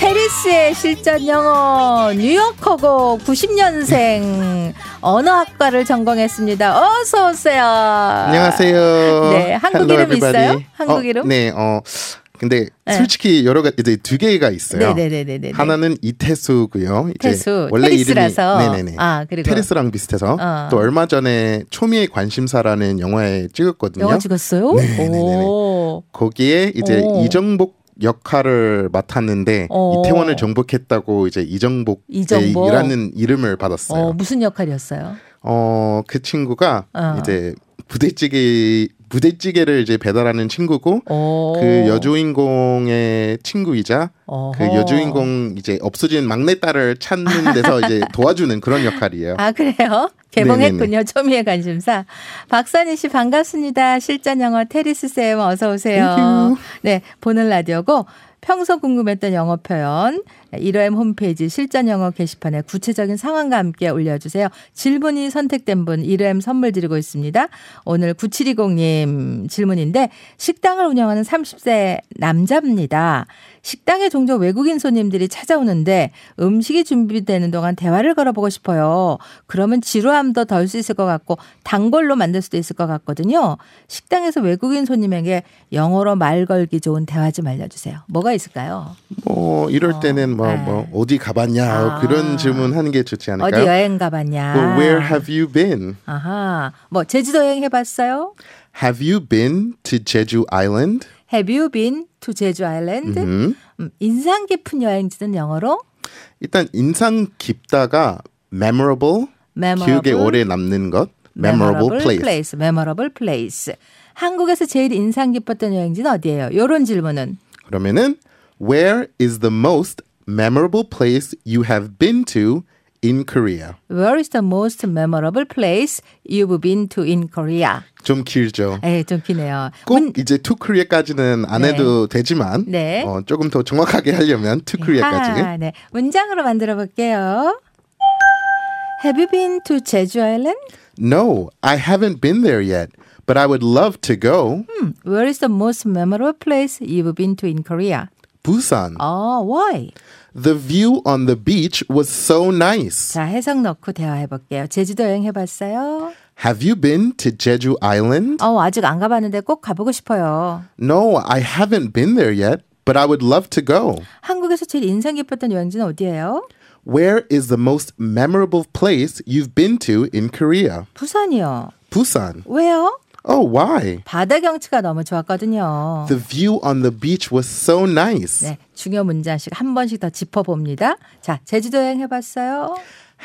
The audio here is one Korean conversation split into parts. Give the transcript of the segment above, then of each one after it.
헬스의 실전 영어 뉴욕커고 90년생 언어학과를 전공했습니다. 어서 오세요. 안녕하세요. 네, 한국 Hello, 이름 있어요? everybody. 한국 어, 이름? 네, 어. 근데 네. 솔직히 여러 가지 이제 두 개가 있어요. 네네네네네. 하나는 이태수고요. 이제 태수, 원래 테리스라서. 이름이 네네네. 아, 그리고 테리스랑 비슷해서 어. 또 얼마 전에 초미의 관심사라는 영화에 찍었거든요. 영화 찍었어요? 네네네네. 오. 어, 거기에 이제 오. 이정복 역할을 맡았는데 어. 이태원을 정복했다고 이제 이정복 이정복. 이라는 이름을 받았어요. 어, 무슨 역할이었어요? 어, 그 친구가 어. 이제 부대찌개 부대찌개를 이제 배달하는 친구고 오. 그 여주인공의 친구이자 그 어허. 여주인공 이제 없어진 막내딸을 찾는 데서 이제 도와주는 그런 역할이에요. 아 그래요? 개봉했군요. 초미의 관심사. 박선희 씨 반갑습니다. 실전 영어 테리스 쌤 어서 오세요. 네, 보는 라디오고 평소 궁금했던 영어 표현 1호M 홈페이지 실전 영어 게시판에 구체적인 상황과 함께 올려주세요. 질문이 선택된 분 1호M 선물 드리고 있습니다. 오늘 9720님 질문인데 식당을 운영하는 30세 남자입니다. 식당에 종종 외국인 손님들이 찾아오는데 음식이 준비되는 동안 대화를 걸어보고 싶어요. 그러면 지루함도 덜 수 있을 것 같고 단골로 만들 수도 있을 것 같거든요. 식당에서 외국인 손님에게 영어로 말 걸기 좋은 대화 좀 알려주세요. 뭐가 있을까요? 뭐 이럴 어, 때는 뭐, 네. 뭐 어디 가봤냐 아. 그런 질문 하는 게 좋지 어디 않을까요? 여행 가봤냐? 뭐, where have you been? 아하, 뭐 제주도 여행 해봤어요? Have you been to Jeju Island? Have you been to 제주 아일랜드? 음. 음, 인상 깊은 여행지는 영어로 일단 인상 깊다가 memorable, memorable, 기억에 오래 남는 것 memorable memorable, place. place. memorable place. 한국에서 제일 인상 깊었던 여행지는 어디예요? 요런 질문은 그러면은 where is the most memorable place you have been to in Korea? Where is the most memorable place you've been to in Korea? 좀 길죠. 에, 좀 기네요. 꼭 문- 이제 to Korea까지는 안 네. 해도 되지만 네. 어, 조금 더 정확하게 하려면 to Korea까지. 아, 네. 문장으로 만들어 볼게요. Have you been to Jeju Island? No, I haven't been there yet, but I would love to go. 음, Where is the most memorable place you've been to in Korea? Busan. 어, why? The view on the beach was so nice. 자, 해석 넣고 대화해 볼게요. 제주도 여행 해봤어요? Have you been to Jeju Island? 어, 아직 안 가봤는데 꼭 가보고 싶어요. No, I haven't been there yet, but I would love to go. 한국에서 제일 인상 깊었던 여행지는 어디예요? Where is the most memorable place you've been to in Korea? 부산이요. Busan. 왜요? Oh, why? 바다 경치가 너무 좋았거든요. The view on the beach was so nice. 네, 중요 문장씩 한 번씩 더 짚어봅니다. 자, 제주도 여행 해봤어요?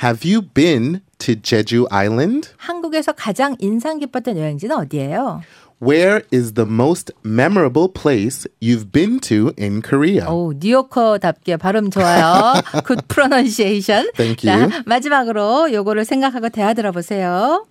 Have you been to Jeju Island? 한국에서 가장 인상 깊었던 여행지는 어디예요? Where is the most memorable place you've been to in Korea? 오, 뉴요커답게 발음 좋아요. 굿 프로넌시에이션. Thank 자, you. 마지막으로 요거를 생각하고 대화 들어보세요.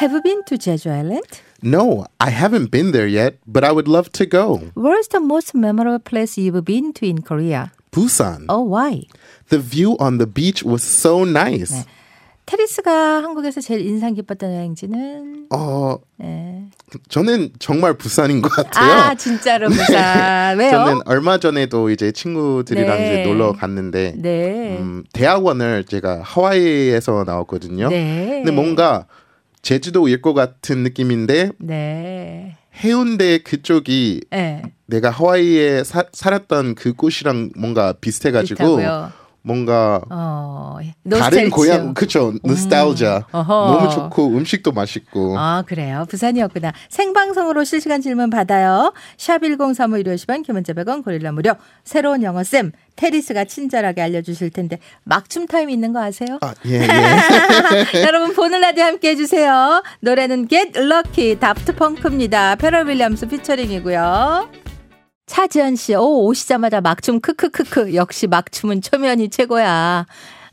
Have you been to Jeju Island? No, I haven't been there yet, but I would love to go. Where's the most memorable place you've been to in Korea? Busan. Oh, why? The view on the beach was so nice. 네. 테리스가 한국에서 제일 인상 깊었던 여행지는 어, 네. 저는 정말 부산인 것 같아요. 네. 아 진짜로 부산 왜요? 저는 얼마 전에도 이제 친구들이랑 네. 이제 놀러 갔는데 네. 음, 대학원을 제가 하와이에서 나왔거든요. 네. 근데 뭔가 제주도일 것 같은 느낌인데 네. 해운대 그쪽이 네. 내가 하와이에 사- 살았던 그 곳이랑 뭔가 비슷해가지고 비슷하고요. 뭔가 어. 다른 노스텔지요. 음. 고향 그쵸 노스타우자 어허. 너무 좋고 음식도 맛있고 아 그래요. 부산이었구나. 생방송으로 실시간 질문 받아요. 샵 #1035 150원, 김은재 100원, 고릴라 무료. 새로운 영어 쌤 테리스가 친절하게 알려주실 텐데 막춤 타임 있는 거 아세요? 아, 예, 예. 여러분 보는 라디오 함께 해주세요. 노래는 Get Lucky 다프트 펑크입니다. 페럴 윌리엄스 피처링이고요. 차지현 씨, 오 오시자마자 막춤 크크크크 역시 막춤은 초면이 최고야.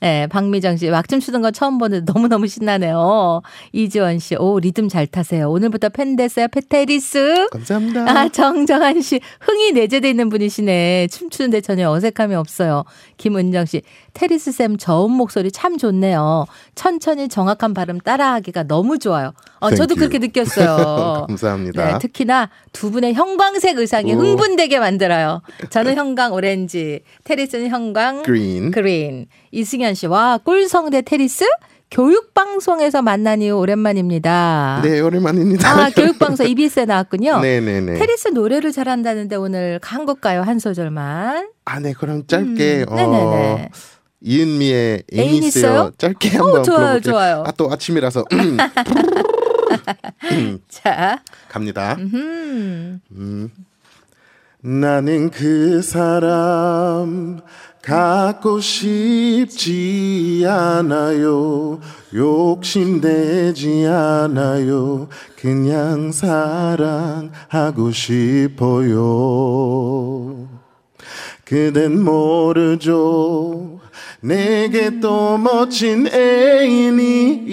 네, 박미정 씨, 왁춤 추는 거 처음 보는데 너무너무 신나네요. 이지원 씨, 오, 리듬 잘 타세요. 오늘부터 팬 됐어요, 페테리스. 감사합니다. 아, 정정한 씨, 흥이 내재돼 있는 분이시네. 춤추는데 전혀 어색함이 없어요. 김은정 씨, 테리스 쌤 저음 목소리 참 좋네요. 천천히 정확한 발음 따라하기가 너무 좋아요. 어, 저도 Thank you. 그렇게 느꼈어요. 감사합니다. 네, 특히나 두 분의 형광색 의상이 오. 흥분되게 만들어요. 저는 형광 오렌지, 테리스는 형광 Green. 그린. 이승현 씨, 와, 꿀성대 테리스? 교육방송에서 만난 이후 오랜만입니다. 네, 오랜만입니다. 아, 교육방송 EBS에 나왔군요. 네네네. 테리스 노래를 잘한다는데 오늘 한국 가요 한 소절만. 아, 네, 그럼 짧게. 음, 어, 네네네. 이은미의 애인 애인 있어요? 있어요? 짧게 한번 좋아요, 불러볼게요. 좋아요. 아, 또 아침이라서 음, 자, 갑니다. 음. 나는 그 사람 갖고 싶지 않아요. 욕심내지 않아요. 그냥 사랑하고 싶어요. 그댄 모르죠. 내게 또 멋진 애인이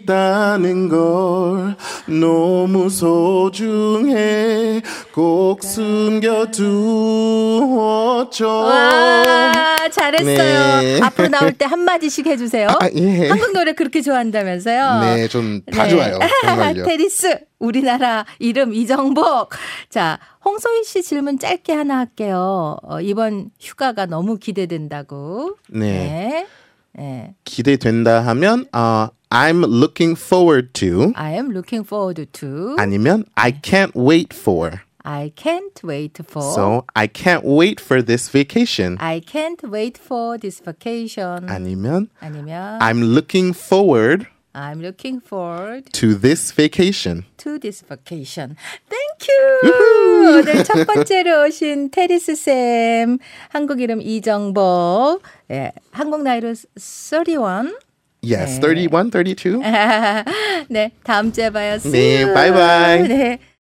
있다는 걸 너무 소중해 꼭 숨겨두었죠. 아, 와, 잘했어요. 어. 네. 앞으로 나올 때 한마디씩 해주세요. 아, 예. 한국 노래 그렇게 좋아한다면서요? 네, 좀 다 네. 좋아요. 정말요. 테리스 우리나라 이름 이정복. 자, 홍소희 씨 질문 짧게 하나 할게요. 어, 이번 휴가가 너무 기대된다고. 네. 네. 네. 기대된다 하면 어, I'm looking forward to I am looking forward to. 아니면 I can't wait for. I can't wait for. So I can't wait for this vacation. I can't wait for this vacation. Mm-hmm. 아니면 아니면 I'm looking forward I'm looking forward to this vacation. to this vacation. Thank you. 오늘 첫 번째로 오신 테리스 쌤, 한국 이름 이정복, 예, 한국 나이로 31. Yes, 31, 32. 네, 다음 주에 봐요. See 네, you. bye bye. 네.